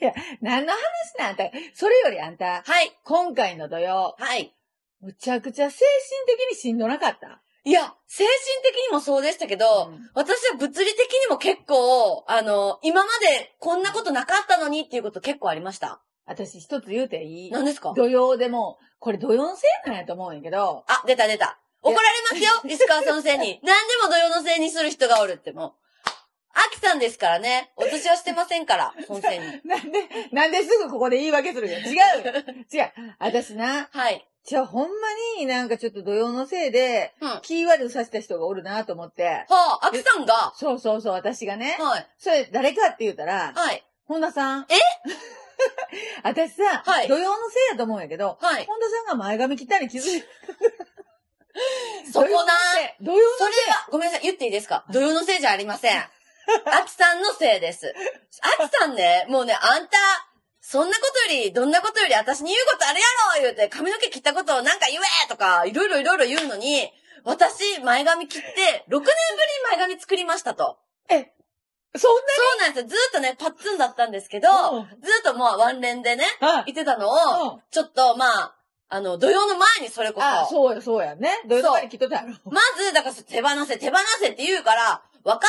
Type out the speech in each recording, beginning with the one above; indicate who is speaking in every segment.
Speaker 1: や、何の話なんあんた。それよりあんた、
Speaker 2: はい。
Speaker 1: 今回の土曜、
Speaker 2: はい。
Speaker 1: むちゃくちゃ精神的にしんどなかった。
Speaker 2: いや、精神的にもそうでしたけど、
Speaker 1: うん
Speaker 2: 私は物理的にも結構、あの、今までこんなことなかったのにっていうこと結構ありました。
Speaker 1: 私一つ言うていい
Speaker 2: 何ですか
Speaker 1: 土曜でも、これ土曜のせいなんやと思うんやけど、
Speaker 2: あ、出た出た。怒られますよ石川さんのせい に。何でも土曜のせいにする人がおるってもう。秋さんですからね。私はしてませんから、本線に。
Speaker 1: なんで、なんですぐここで言い訳するんや。違うよ違う。私な、
Speaker 2: はい。
Speaker 1: じゃあほんまになんかちょっと土曜のせいで、
Speaker 2: うん。は
Speaker 1: キーワードさせた人がおるなと思って、
Speaker 2: あ、秋さんが、
Speaker 1: そうそうそう、私がね、
Speaker 2: はい。
Speaker 1: それ誰かって言ったら、
Speaker 2: はい。
Speaker 1: 本田さん。
Speaker 2: え
Speaker 1: 私さ、
Speaker 2: はい
Speaker 1: 土曜のせいやと思うんやけど、
Speaker 2: はい。
Speaker 1: 本田さんが前髪切ったに気づいて。
Speaker 2: そこな
Speaker 1: 土曜の
Speaker 2: それは、ごめんなさい、言っていいですか土曜のせいじゃありません。あきさんのせいです。あきさんね、もうね、あんた、そんなことより、どんなことより私に言うことあるやろ言うて、髪の毛切ったことをなんか言えとか、いろいろいろいろ言うのに、私、前髪切って、6年ぶりに前髪作りましたと。
Speaker 1: そん
Speaker 2: そうなんですよ。ずっとね、パッツンだったんですけど、
Speaker 1: なの
Speaker 2: ずっともうワンレンでね、
Speaker 1: あ
Speaker 2: いてたの
Speaker 1: う
Speaker 2: を
Speaker 1: ん、
Speaker 2: ちょっと、まあ、あの、土曜の前にそれこそ。
Speaker 1: あ、そうや、そうやね。土曜の前に切っとったやろ。
Speaker 2: まず、だから手放せ、手放せって言うから、分かっ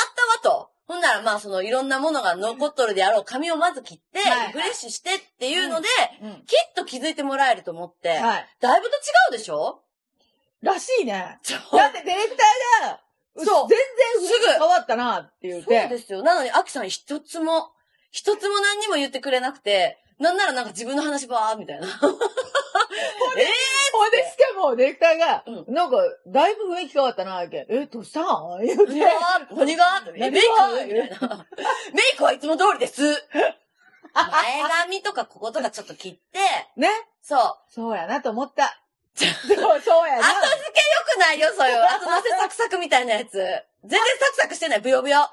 Speaker 2: たわと。ほんなら、まあ、その、いろんなものが残っとるであろう髪をまず切って、
Speaker 1: はい
Speaker 2: リフレッシュしてっていうので、
Speaker 1: うん。
Speaker 2: きっと気づいてもらえると思って、
Speaker 1: はい。
Speaker 2: だいぶと違うでしょ
Speaker 1: らしいね。
Speaker 2: ちょ
Speaker 1: だってディレクターが、
Speaker 2: そう
Speaker 1: 全然雰囲気変わったなって言う
Speaker 2: そう
Speaker 1: て。
Speaker 2: ですよ。なのに、アキさん一つも、一つも何にも言ってくれなくて、なんならなんか自分の話ばーみたいな。
Speaker 1: ほんで、しかもディレクターが、
Speaker 2: う
Speaker 1: なんか、だいぶ雰囲気変わったな、って。え、どうしたん言う
Speaker 2: い
Speaker 1: て
Speaker 2: や。ー何がメイ
Speaker 1: 何
Speaker 2: ク
Speaker 1: が
Speaker 2: みたいな。メイクはいつも通りです。 前髪とかこことかちょっと切って、
Speaker 1: ね。
Speaker 2: そう。
Speaker 1: そうやなと思った。 そう、そうやな。
Speaker 2: 後付け良くないよ、そういう。 あとなせサクサクみたいなやつ。全然サクサクしてない、ブヨ ブヨ。や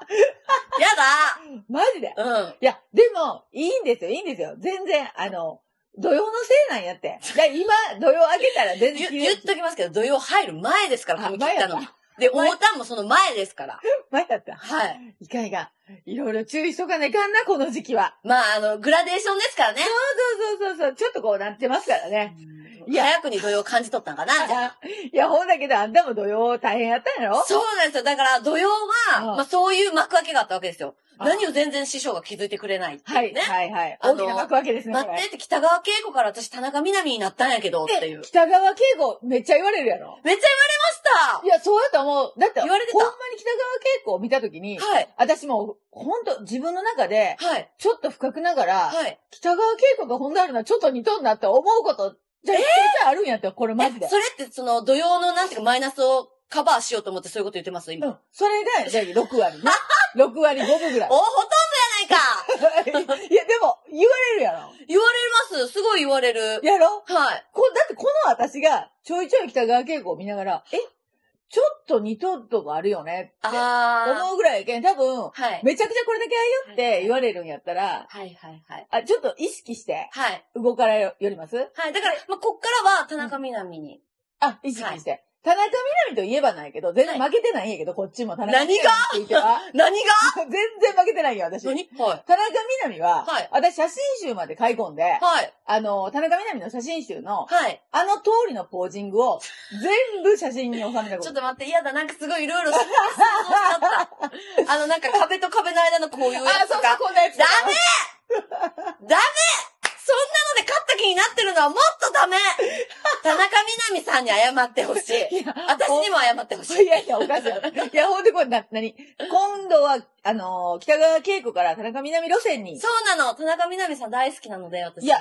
Speaker 1: マジで。
Speaker 2: だうん。
Speaker 1: いや、でも、いいんですよ、いいんですよ。全然、あの、土曜のせいなんやって。だ今、土曜開けたら全然
Speaker 2: 言
Speaker 1: 切
Speaker 2: 言
Speaker 1: れ
Speaker 2: っときますけど、土曜入る前ですから、
Speaker 1: あ
Speaker 2: 髪切ったの
Speaker 1: 前や。
Speaker 2: で、大田もその前ですから。
Speaker 1: 前だった。
Speaker 2: はい。
Speaker 1: いかいが、いろいろ注意しとかないかんな、この時期は。
Speaker 2: まあ、あの、グラデーションですからね。
Speaker 1: そうそうそうそう、ちょっとこうなってますからね。いや
Speaker 2: 早くに土曜感じ取ったんかな、じゃあ。
Speaker 1: いや、ほんだけど、あんたも土曜大変やったんやろ
Speaker 2: そうなんですよ。だから、土曜
Speaker 1: ああ
Speaker 2: は、まあ、そういう幕開けがあったわけですよ。
Speaker 1: あ
Speaker 2: 何を全然師匠が気づいてくれないって
Speaker 1: は
Speaker 2: いう
Speaker 1: い、
Speaker 2: ね。
Speaker 1: はい、はい。
Speaker 2: あの
Speaker 1: 大きな幕開けですね、
Speaker 2: 待
Speaker 1: こ
Speaker 2: って
Speaker 1: れ。
Speaker 2: って、北川景子から私、田中みな実になったんやけど、っていう。
Speaker 1: 北川景子、めっちゃ言われるやろ
Speaker 2: めっちゃ
Speaker 1: いや、そうやと思う。だって、
Speaker 2: 言われてた
Speaker 1: ほんまに北川景子を見たときに
Speaker 2: 言、われまし
Speaker 1: 私も、ほんと、自分の中で、
Speaker 2: た。はい。はい。
Speaker 1: ちょっと深くながら、
Speaker 2: はい。
Speaker 1: 北川景子が本田あるのはちょっと似とんなって思うこと、じゃあ、一回あるんやって、これマジで。
Speaker 2: えそれってその土曜のなんていうかマイナスをカバーしようと思ってそういうこと言ってます今。
Speaker 1: うん。それが、じゃあ6割 ね。6割5分ぐらい
Speaker 2: お、。ほとんどやないか
Speaker 1: いや、でも、言われるやろ。
Speaker 2: 言われます。すごい言われる。はい。
Speaker 1: やろこだってこの私が、ちょいちょい北川景子を見ながら、えちょっと似とんとこあるよねって
Speaker 2: あ
Speaker 1: 思うぐらいやけん、多分
Speaker 2: ー。、はい。
Speaker 1: めちゃくちゃこれだけあよって言われるんやったら、
Speaker 2: はいはいはい。
Speaker 1: あ、ちょっと意識して、
Speaker 2: はい。
Speaker 1: 動からよります
Speaker 2: はい。だから、まあ、こっからは田中みな実に。
Speaker 1: あ、意識して。田中みな実といえばないけど、全然負けてないんやけど、こっちも田中みな実については。
Speaker 2: 何が
Speaker 1: 全然負けてないよ、私。田中
Speaker 2: 何はい。
Speaker 1: みな実は、
Speaker 2: はい
Speaker 1: 私写真集まで買い込んで、
Speaker 2: はい。
Speaker 1: あの、田中みな実の写真集の、
Speaker 2: はい。
Speaker 1: あの通りのポージングを、全部写真に収めたこ
Speaker 2: ち
Speaker 1: と
Speaker 2: ょっ。と待って、嫌だ。なんかすごいいろいろ想像しちゃ った。あの、なんか壁と壁の間のこういうや
Speaker 1: あ、
Speaker 2: つ
Speaker 1: そ
Speaker 2: と
Speaker 1: うそう、
Speaker 2: か。
Speaker 1: こんなやつ。
Speaker 2: ダメダメそんなので勝った気になってるのはもっ とダメ田中みな実さんに謝ってほしい。
Speaker 1: い や、
Speaker 2: 私にも謝ってほしい。
Speaker 1: いやいや、おかしいやろ。いや、ほんで、これ、な、なに今度は、あのー北川景子から田中みな実路線に、
Speaker 2: そうなの田中みな実さん大好きなので、私。
Speaker 1: いや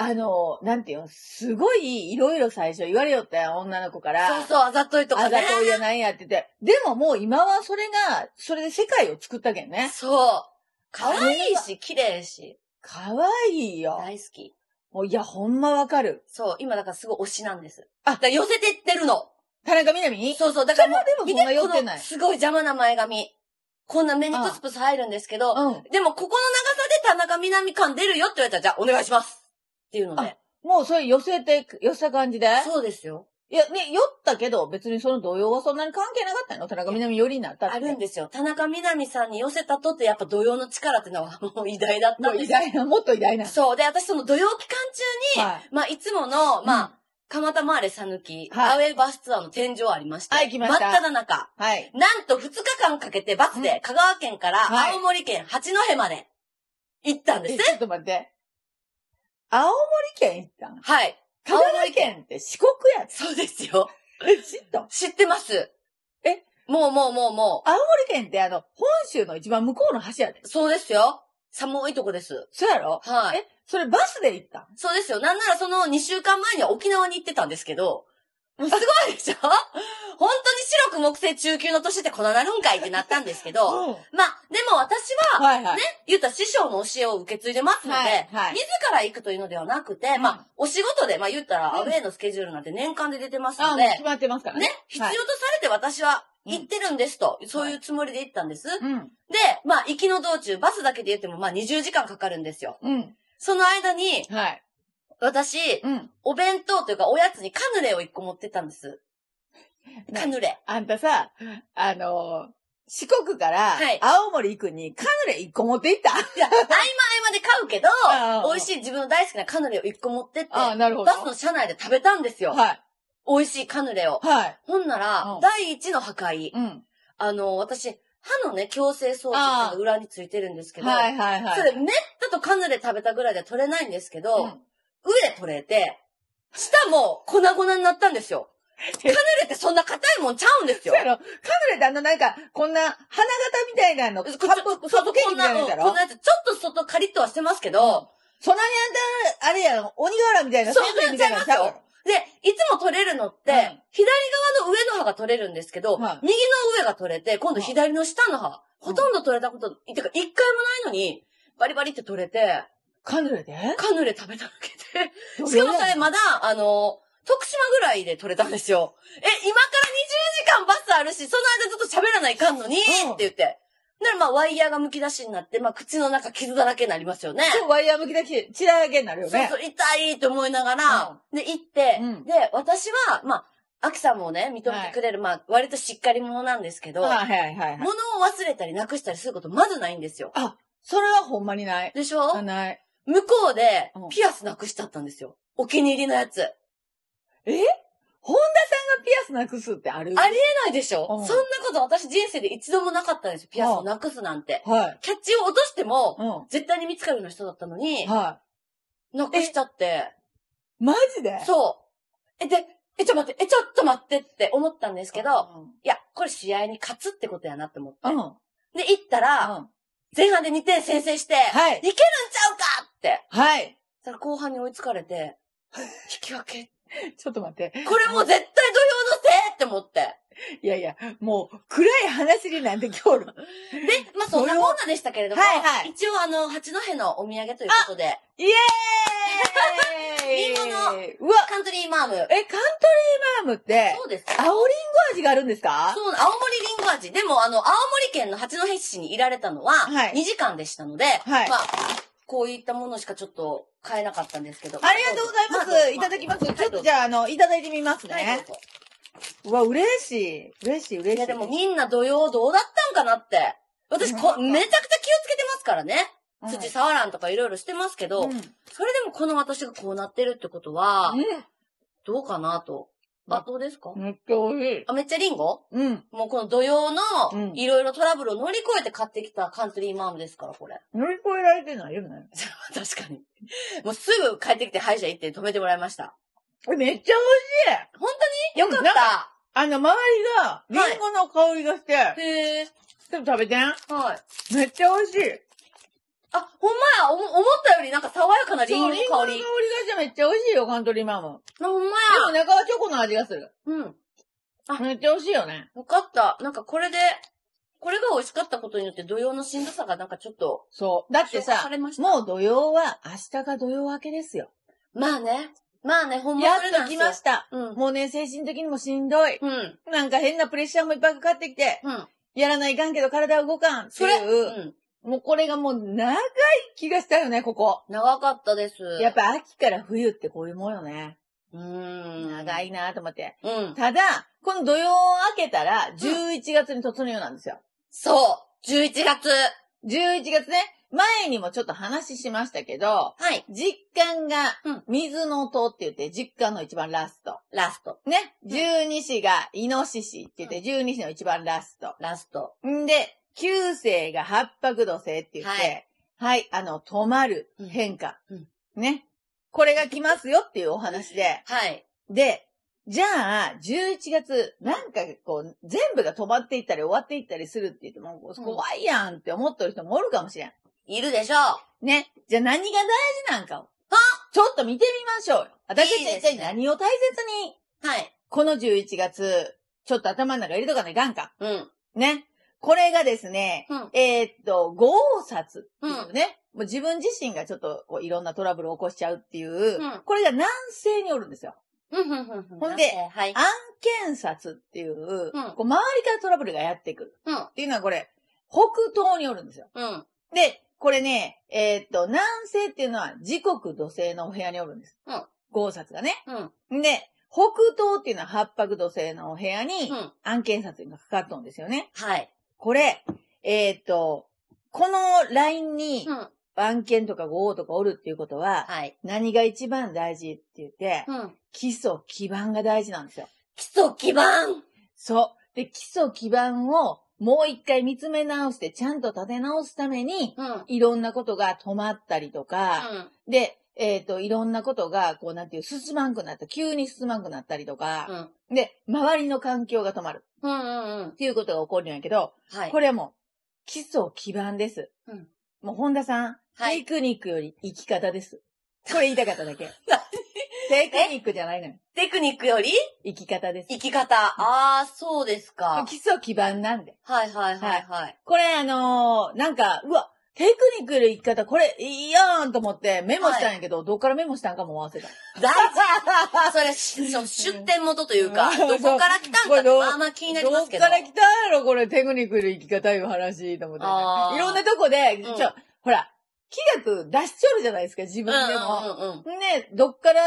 Speaker 1: あのーなんていうの、すごい、いろいろ最初言われよったやん女の子から。
Speaker 2: そうそう、あざといとか
Speaker 1: あざ
Speaker 2: ね。
Speaker 1: といやなんやってて。でももう今はそれが、それで世界を作ったけんね。
Speaker 2: そう。可愛いし、綺麗し、
Speaker 1: かわいいよ。
Speaker 2: 大好き。
Speaker 1: もういや、ほんまわかる。
Speaker 2: そう、今だからすごい推しなんです。
Speaker 1: あ
Speaker 2: あ、だから寄せてってるの。
Speaker 1: 田中みな実に
Speaker 2: そうそう、だからもう、
Speaker 1: それはでもそんな寄ってない
Speaker 2: 見てこのすごい邪魔な前髪。こんなメニトスプス入るんですけど、
Speaker 1: うん。
Speaker 2: でも、ここの長さで田中みなみ感出るよって言われたら、じゃあ、お願いしますっていうので。
Speaker 1: もうそれ寄せて、寄せた感じで
Speaker 2: そうですよ。
Speaker 1: いや、ね、酔ったけど、別にその動揺はそんなに関係なかったの田中みな実寄りになったって。
Speaker 2: あるん
Speaker 1: で
Speaker 2: ですよ。田中みな実さんに寄せたとって、やっぱ土曜の力ってのはもう偉大だった
Speaker 1: も
Speaker 2: ん
Speaker 1: う
Speaker 2: で
Speaker 1: 偉
Speaker 2: すよ。
Speaker 1: 大な、もっと偉大な。
Speaker 2: そう。で、私その土曜期間中に、
Speaker 1: は
Speaker 2: まあ、いつもの、まあ、
Speaker 1: うん
Speaker 2: 蒲田回れさぬき、
Speaker 1: はい
Speaker 2: アウェイバスツアーの天井ありまして、
Speaker 1: はい来ました
Speaker 2: 真っ只中。
Speaker 1: い。はい。
Speaker 2: なんと2日間かけてバス
Speaker 1: う
Speaker 2: で香川県から
Speaker 1: はい
Speaker 2: 青森県八戸まで行ったんです
Speaker 1: え
Speaker 2: ね。
Speaker 1: ちょっと待って。青森県行ったん
Speaker 2: はい。
Speaker 1: 香川県って四国やつ。
Speaker 2: そうですよ。
Speaker 1: え、知った青
Speaker 2: 知ってます。
Speaker 1: え
Speaker 2: もうもうもうも
Speaker 1: 森県ってあの、本州の一番向こうの端やで。
Speaker 2: う。そうですよ。寒いとこです。
Speaker 1: そうやろ
Speaker 2: はい。
Speaker 1: え、それバスで行ったん
Speaker 2: そうですよ。なんならその2週間前には沖縄に行ってたんです けど、もうすごいでしょ本当に白く木星中級の年ってこんななるんかいってなったんですけど、
Speaker 1: うん
Speaker 2: まあ、でも私は、
Speaker 1: はいはい。
Speaker 2: 言った師匠の教えを受け継いでますので、
Speaker 1: はいはい
Speaker 2: 自ら行くというのではなくて、
Speaker 1: ん
Speaker 2: まあ、お仕事で、まあ言ったら、
Speaker 1: うん
Speaker 2: アウェイのスケジュールなんて年間で出てます
Speaker 1: あ、も
Speaker 2: ので、
Speaker 1: う決まってますからね。
Speaker 2: ね、必要とされて私は行ってるんですと、そういうつもりで行ったんです。
Speaker 1: うん。
Speaker 2: で、まあ、行きの道中、バスだけで言っても、まあ、20時間かかるんですよ。
Speaker 1: うん。
Speaker 2: その間に、
Speaker 1: はい。
Speaker 2: 私、
Speaker 1: うん。
Speaker 2: お弁当というか、おやつにカヌレを1個持ってったんです。
Speaker 1: ね
Speaker 2: カヌレ。
Speaker 1: あんたさ、あのー四国から
Speaker 2: はい
Speaker 1: 青森行くにカヌレ一個持って行った。
Speaker 2: いや、合間合間で買うけど
Speaker 1: ああ、
Speaker 2: 美味しい自分の大好きなカヌレを1個持ってって、
Speaker 1: あ、なるほど。
Speaker 2: バスの車内で食べたんですよ。
Speaker 1: はい。
Speaker 2: 美味しいカヌレを。
Speaker 1: はい。
Speaker 2: ほんなら、
Speaker 1: うん
Speaker 2: 第一の破壊。
Speaker 1: うん。
Speaker 2: あの、私、歯のね、矯正装置っていうのが裏についてるんですけど、
Speaker 1: はいはいはい。
Speaker 2: それ、めったとカヌレ食べたぐらいでは取れないんですけど、
Speaker 1: うん
Speaker 2: 上取れて、下も粉々になったんで すよ。カヌレってそんな硬いもんちゃうんです
Speaker 1: そ
Speaker 2: よ
Speaker 1: う。やろカヌレってあのなんか、こんな花形みたいなの、カップ、カップケーキみたいなやつや
Speaker 2: こ
Speaker 1: ろ
Speaker 2: んなやつ、ちょっと外カリッとはしてますけど、
Speaker 1: そんなにあんた、あれやろ鬼瓦みたいな、
Speaker 2: そう
Speaker 1: せんべいみたいなのちゃうやろ
Speaker 2: で、いつも取れるのって、
Speaker 1: うん
Speaker 2: 左側の上の歯が取れるんですけど、
Speaker 1: はい
Speaker 2: 右の上が取れて、今度左の下の歯、
Speaker 1: うん
Speaker 2: ほとんど取れたこと、てか一回もないのに、バリバリって取れて、
Speaker 1: カヌレで
Speaker 2: カヌレ食べただけで。しかもそれまだ、あの、徳島ぐらいで取れたんですよ。え、今から20時間バスあるし、その間ずっと喋らないかんのに、
Speaker 1: うん
Speaker 2: って言って。ならまあ、ワイヤーが剥き出しになって、まあ、口の中傷だらけになりますよね。
Speaker 1: そうワイヤー向きだけ、チラーゲになるよ
Speaker 2: そう
Speaker 1: ね
Speaker 2: そ。う、痛いと思いながら、で、行って、
Speaker 1: うん
Speaker 2: で、私は、まあ、アキさんもね、認めてくれる、まあ、割としっかり者なんですけど、
Speaker 1: はいはいはいはい。
Speaker 2: 物を忘れたりなくしたりすることまずないんですよ。
Speaker 1: それはほんまにない。
Speaker 2: でしょ
Speaker 1: あない。
Speaker 2: 向こうで
Speaker 1: うん、
Speaker 2: ピアスなくしちゃったんですよ。お気に入りのやつ。あ
Speaker 1: 本田さんがピアスなくすってある
Speaker 2: ありえないでしょ、
Speaker 1: うん
Speaker 2: そんなこと私人生で一度もなかったんですよ。ピアスをなくすなんて。
Speaker 1: はい。
Speaker 2: キャッチを落としても、
Speaker 1: う
Speaker 2: 絶対に見つかるような人だったのに
Speaker 1: ん。、は
Speaker 2: なくしちゃって。
Speaker 1: い。マジで
Speaker 2: そう。え、で、え、ちょっと待って、え、ちょっと待ってって思ったんですけど、
Speaker 1: うん。
Speaker 2: いや、これ試合に勝つってことやなって思って。
Speaker 1: うん。
Speaker 2: で、行ったら、
Speaker 1: は
Speaker 2: 前半で2点先制して、い
Speaker 1: い。
Speaker 2: けるんちゃうかって。
Speaker 1: はい。
Speaker 2: そしたら後半に追いつかれて、引き分け。
Speaker 1: ちょっと待って。
Speaker 2: これもう絶対土曜のせいって思って。
Speaker 1: いやいや、もう、暗い話になんて今日の。
Speaker 2: で、まあそんなこんなでしたけれども、
Speaker 1: はいはい
Speaker 2: 一応あの、八戸のお土産ということで、
Speaker 1: イエーイ
Speaker 2: いいも
Speaker 1: うわ
Speaker 2: カントリーマーム。
Speaker 1: え、カントリーマームって、
Speaker 2: そうです。
Speaker 1: 青りんご味があるんですか
Speaker 2: そうな、青森りんご味。でも、あの、青森県の八戸市にいられたのは、
Speaker 1: はい
Speaker 2: 2時間でしたので、
Speaker 1: はい
Speaker 2: まあ、こういったものしかちょっと買えなかったんですけど。
Speaker 1: ありがとうございます。いただきます。ちょっとじゃあ、あの、いただいてみます
Speaker 2: ゃね
Speaker 1: ね。。うわ、嬉しい。嬉しい、嬉しい。
Speaker 2: いや、でもみんな土曜どうだったんかなって。私こ、
Speaker 1: うん
Speaker 2: めちゃくちゃ気をつけてますからね。
Speaker 1: うん、
Speaker 2: 土触らんとかいろいろしてますけど、
Speaker 1: うん
Speaker 2: それでもこの私がこうなってるってことは、どうかなと。あ、どうですか
Speaker 1: うん。めっちゃ美味しい。
Speaker 2: あ、めっちゃリンゴ
Speaker 1: うん。
Speaker 2: もうこの土曜の
Speaker 1: うん
Speaker 2: いろいろトラブルを乗り越えて買ってきたカントリーマームですから、これ。
Speaker 1: 乗り越えられてないよね。
Speaker 2: 確かに。もうすぐ帰ってきて歯医者行って止めてもらいました。
Speaker 1: えめっちゃ
Speaker 2: 本当によかっ
Speaker 1: なん
Speaker 2: た。
Speaker 1: 美味しい。あの、周りが、
Speaker 2: はい
Speaker 1: リンゴの香りがして、
Speaker 2: へえ。
Speaker 1: ちょっと食べてん
Speaker 2: はい。
Speaker 1: めっちゃ美味しい。
Speaker 2: あ、ほんまや。おも思ったよりなんか爽やかなリンゴの
Speaker 1: そう
Speaker 2: 香
Speaker 1: リン
Speaker 2: り
Speaker 1: ゴの。香りがしてめっちゃ美味しいよ、カントリーマーム。
Speaker 2: あほんま
Speaker 1: でも中はチョコの味がする。
Speaker 2: や。うん。あ
Speaker 1: めっちゃ美味しいよね。
Speaker 2: よかった。なんかこれで、これが美味しかったことによって土曜のしんどさがなんかちょっと、
Speaker 1: そう。だって
Speaker 2: 消化
Speaker 1: さ
Speaker 2: さ、れました
Speaker 1: もう土曜は、明日が土曜明けですよ。
Speaker 2: まあね。まあね、ほんま
Speaker 1: や
Speaker 2: それな
Speaker 1: っ
Speaker 2: ん
Speaker 1: と
Speaker 2: で
Speaker 1: 来
Speaker 2: すよ
Speaker 1: ま。した。
Speaker 2: うん。
Speaker 1: もうね、精神的にもしんどい。
Speaker 2: うん。
Speaker 1: なんか変なプレッシャーもいっぱいかかってきて、
Speaker 2: うん。
Speaker 1: やらないかんけど体は動かんって
Speaker 2: そ
Speaker 1: い
Speaker 2: れ、
Speaker 1: う、
Speaker 2: うん。
Speaker 1: もうこれがもう長い気がしたよね、ここ。
Speaker 2: 長かったです。
Speaker 1: やっぱ秋から冬ってこういうもんよね。
Speaker 2: うーん。
Speaker 1: 長。いなと思って。
Speaker 2: うん。
Speaker 1: ただ、この土曜明けたら、11月に突入なんですよ。
Speaker 2: そう。11月。
Speaker 1: 11月ね、前にもちょっと話しましたけど、
Speaker 2: はい。
Speaker 1: 実感が
Speaker 2: うん、
Speaker 1: 水の塔って言って、実感の一番ラスト。
Speaker 2: ラスト。
Speaker 1: ね。
Speaker 2: ん
Speaker 1: 十二支が、イノシシって言って、十二支の一番ラスト。
Speaker 2: ラスト。
Speaker 1: んで、九星が八白土星って言って、は
Speaker 2: はいい、
Speaker 1: あの、止まる
Speaker 2: うん
Speaker 1: 変化、
Speaker 2: うん
Speaker 1: ね。これが来ますよっていうお話で。
Speaker 2: はい。
Speaker 1: で、じゃあ、11月、なんかこう、全部が止まっていったり終わっていったりするって言っても、
Speaker 2: うん
Speaker 1: 怖いやんって思ってる人もおるかもしれん。
Speaker 2: いるでしょう。
Speaker 1: ね。じゃあ何が大事なんかを。ちょっと見てみましょうよ。私た
Speaker 2: いい
Speaker 1: ち
Speaker 2: で
Speaker 1: 一
Speaker 2: すね
Speaker 1: 体何を大切に、
Speaker 2: はい。
Speaker 1: この11月、ちょっと頭の中入れとかないかんか。
Speaker 2: うん。
Speaker 1: ね。これがですね、
Speaker 2: うん。
Speaker 1: えーっと、五王札っていうね、もう自分自身がちょっとこういろんなトラブルを起こしちゃうっていう、
Speaker 2: うん
Speaker 1: これが南西におるんですよ。
Speaker 2: うんうんうんうん。
Speaker 1: ほんで
Speaker 2: ラストはい。
Speaker 1: 案件札っていう、
Speaker 2: ん
Speaker 1: こう周りからトラブルがやってくる。
Speaker 2: うん
Speaker 1: っていうのはこれ、北東におるんですよ。
Speaker 2: うん。
Speaker 1: で、これね、えーっと、南西っていうのは時刻土星のお部屋におるんです。
Speaker 2: うん
Speaker 1: 豪札がね。
Speaker 2: うん。
Speaker 1: で、北東っていうのは八白土星のお部屋に
Speaker 2: うん。
Speaker 1: 案件札がかかっとんですよね。
Speaker 2: はい。
Speaker 1: これ、えーっと、このラインに、
Speaker 2: うん。
Speaker 1: 案件とか五王とかおるっていうことは、
Speaker 2: はい。
Speaker 1: 何が一番大事って言って、
Speaker 2: うん。
Speaker 1: 基礎基盤が大事なんですよ。
Speaker 2: 基礎基盤
Speaker 1: そう。で、基礎基盤をもう一回見つめ直して、ちゃんと立て直すために、
Speaker 2: うん。うん。
Speaker 1: いろんなことが止まったりとか、で、えっ、と、いろんなことが、こうなんていう、進まんくなった、急に進まんくなったりと
Speaker 2: う
Speaker 1: か、
Speaker 2: ん。
Speaker 1: で、周りの環境が止まる
Speaker 2: うんうんうん
Speaker 1: っ。ていうことが起こるんやけど、
Speaker 2: はい。
Speaker 1: これはもう、基礎基盤です。
Speaker 2: うん
Speaker 1: もう、本田さん、
Speaker 2: は
Speaker 1: テ
Speaker 2: い。
Speaker 1: クニックより生き方です。これ言いたかっただ け。テクニックじゃないのよ。
Speaker 2: テクニックより
Speaker 1: 生き方です。
Speaker 2: 生き方。ああ、そうですか。
Speaker 1: 基礎基盤なんで。
Speaker 2: はいはいはいはい。
Speaker 1: これあのーなんか、うわ、テクニックより生き方、これいいやんと思ってメモしたんやけど、どっからメモしたんかも忘れた。
Speaker 2: 大事それ、しそう出典元というか、
Speaker 1: うん
Speaker 2: どこから来たん
Speaker 1: こ
Speaker 2: か
Speaker 1: れ
Speaker 2: って
Speaker 1: どう
Speaker 2: まあまあ気になり
Speaker 1: ど
Speaker 2: ま
Speaker 1: っ
Speaker 2: すけど。
Speaker 1: から来たんやろ、これテクニックより生き方いう話と思って、
Speaker 2: あー
Speaker 1: いろんなとこで、
Speaker 2: うん
Speaker 1: ちょ、ほら、気学出しちょるじゃないですか、自分でも。
Speaker 2: うんうんうん。
Speaker 1: ね、どっから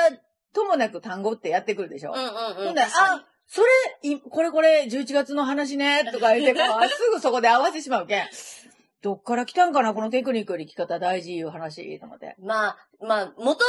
Speaker 1: ともなく単語ってやってくるでしょ。
Speaker 2: うんうんう
Speaker 1: ほ
Speaker 2: ん。
Speaker 1: んなら
Speaker 2: 確かに
Speaker 1: あ、それ、いこれこれ、11月の話ね、とか言って、こうすぐそこで合わせてしまうけん。どっから来たんかなこのテクニックより生き方大事いう話、と思って。
Speaker 2: まあ、まあ、元はわか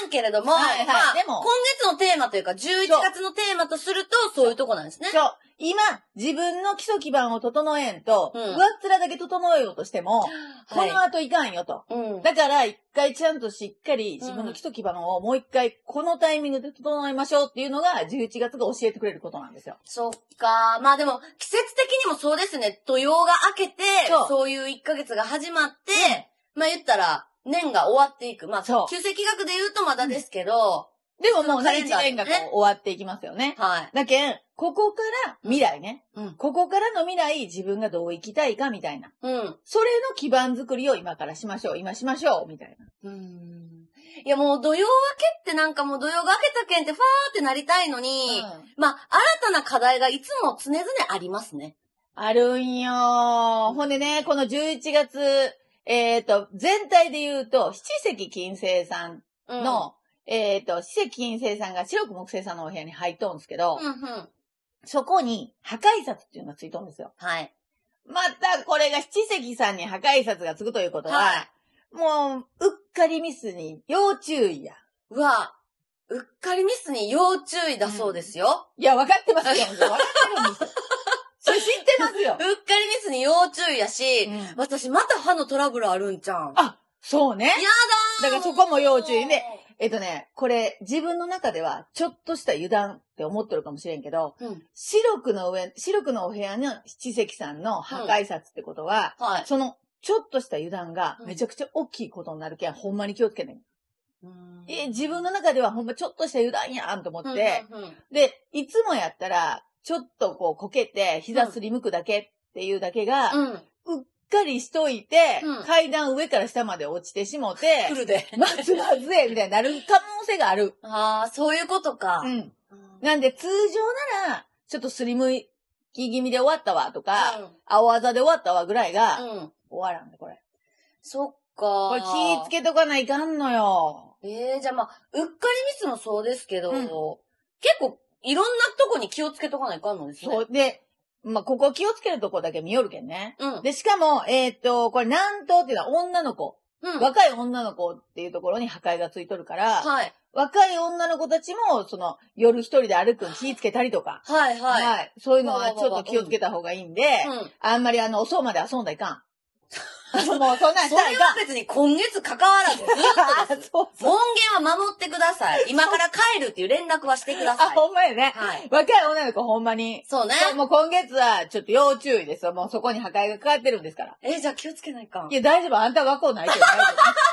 Speaker 2: らんけれども、
Speaker 1: はいはい
Speaker 2: まあ、
Speaker 1: でも
Speaker 2: 今月のテーマというか、11月のテーマとすると、そういうとこなんですね。
Speaker 1: そう。今、自分の基礎基盤を整えんと、
Speaker 2: うん
Speaker 1: 上っ面だけ整えようとしても、こ
Speaker 2: はい
Speaker 1: の後いかんよと。
Speaker 2: うん。
Speaker 1: だから、一回ちゃんとしっかり自分の基礎基盤をもう一回、このタイミングで整えましょうっていうのが、11月が教えてくれることなんですよ。
Speaker 2: そっか。まあでも、季節的にもそうですね。土曜が明けて、
Speaker 1: そう
Speaker 2: そういう1ヶ月が始まって、まあ言ったら、年が終わっていく。まあ、
Speaker 1: そう
Speaker 2: 旧世紀学で言うとまだですけど、
Speaker 1: でももう
Speaker 2: その
Speaker 1: ね、
Speaker 2: カレン
Speaker 1: 1年が
Speaker 2: ダーでね
Speaker 1: こう終わっていきますよね。
Speaker 2: はい。
Speaker 1: だけん、ここから未来ね。
Speaker 2: うん
Speaker 1: ここからの未来、自分がどう生きたいかみたいな。
Speaker 2: うん。
Speaker 1: それの基盤作りを今からしましょう、今しましょう、みたいな。
Speaker 2: うん。いやもう土曜明けってなんかもう土曜が明けたけんってファーってなりたいのに、まあ新たな課題がいつも常々ありますね。
Speaker 1: あるんよーほんでね、この11月、えっ、と、全体で言うと、七石金星さん
Speaker 2: うん、
Speaker 1: の、えっ、と、七石金星さんが白く木星さんのお部屋に入っとんですけど、
Speaker 2: うんうん。
Speaker 1: そこに破壊札っていうのがついとんですよ。
Speaker 2: はい。
Speaker 1: また、これが七石さんに破壊札がつくということは、
Speaker 2: はい。
Speaker 1: もう、うっかりミスに要注意や。
Speaker 2: うわ、うっかりミスに要注意だそうですよ。
Speaker 1: いや、分かってますよ。分かってるんですよ。それ知ってますよ
Speaker 2: う。っかりミスに要注意やし、私また歯のトラブルあるんちゃうん。
Speaker 1: あ、そうね。やだからそこも要注意で、
Speaker 2: ね。
Speaker 1: えっとね、これ、自分の中では、ちょっとした油断って思ってるかもしれんけど、
Speaker 2: うん。
Speaker 1: 視力の上、視力のお部屋の七石さんの破壊札ってことは、
Speaker 2: はい。
Speaker 1: その、ちょっとした油断が
Speaker 2: うん
Speaker 1: めちゃくちゃ大きいことになるけん、ほんまに気をつけてね。
Speaker 2: うん
Speaker 1: え、自分の中ではほんまちょっとした油断やんと思って、、
Speaker 2: うんうんうん
Speaker 1: で、いつもやったら、ちょっとこう、こけて、膝すりむくだけっていうだけが、うっ
Speaker 2: うん。
Speaker 1: かりしといて、
Speaker 2: うん
Speaker 1: 階段上から下まで落ちてしもて
Speaker 2: 来、るで。
Speaker 1: まず まずえ、みたいになる可能性がある。
Speaker 2: ああ、そういうことか
Speaker 1: う。ん。
Speaker 2: うん
Speaker 1: なんで、通常なら、ちょっとすりむき気味で終わったわとか、青あざで終わったわぐらいが、
Speaker 2: うん。うん
Speaker 1: 終わらんね、これ。
Speaker 2: そっか。
Speaker 1: これ気ぃつけとかないかんのよ。
Speaker 2: ええじゃあまあ、うっかりミスもそうですけど、
Speaker 1: うん
Speaker 2: 結構、いろんなとこに気をつけとかないかんのですね。。
Speaker 1: そうう。で、まあ、ここ気をつけるとこだけ見よるけんね。
Speaker 2: うん。
Speaker 1: で、しかも、えーっと、これ、南東っていうのは女の子、
Speaker 2: うん。
Speaker 1: 若い女の子っていうところに破壊がついとるから、
Speaker 2: はい。
Speaker 1: 若い女の子たちも、その、夜一人で歩くの気ぃつけたりとか、
Speaker 2: はい、はい。
Speaker 1: はい。そういうのはちょっと気をつけた方がいいんで、
Speaker 2: うん。
Speaker 1: あんまりあの、遅うまで遊んだらいかん。もうそんなんし
Speaker 2: そ
Speaker 1: たら
Speaker 2: れ
Speaker 1: い
Speaker 2: は
Speaker 1: か
Speaker 2: 別に今月関わらず、ずっ と
Speaker 1: ん。 そうそう。
Speaker 2: 門限は守ってください。今から帰るっていう連絡はしてくだ
Speaker 1: あ、
Speaker 2: さい。
Speaker 1: ほんまやね。
Speaker 2: はい。
Speaker 1: 若い女の子ほんまに。
Speaker 2: そうね。
Speaker 1: もう今月はちょっと要注意ですよ。もうそこに破壊がかかってるんですから。
Speaker 2: え、じゃあ気をつけないかん
Speaker 1: い。や、大丈夫。あんた若うないけど大丈夫。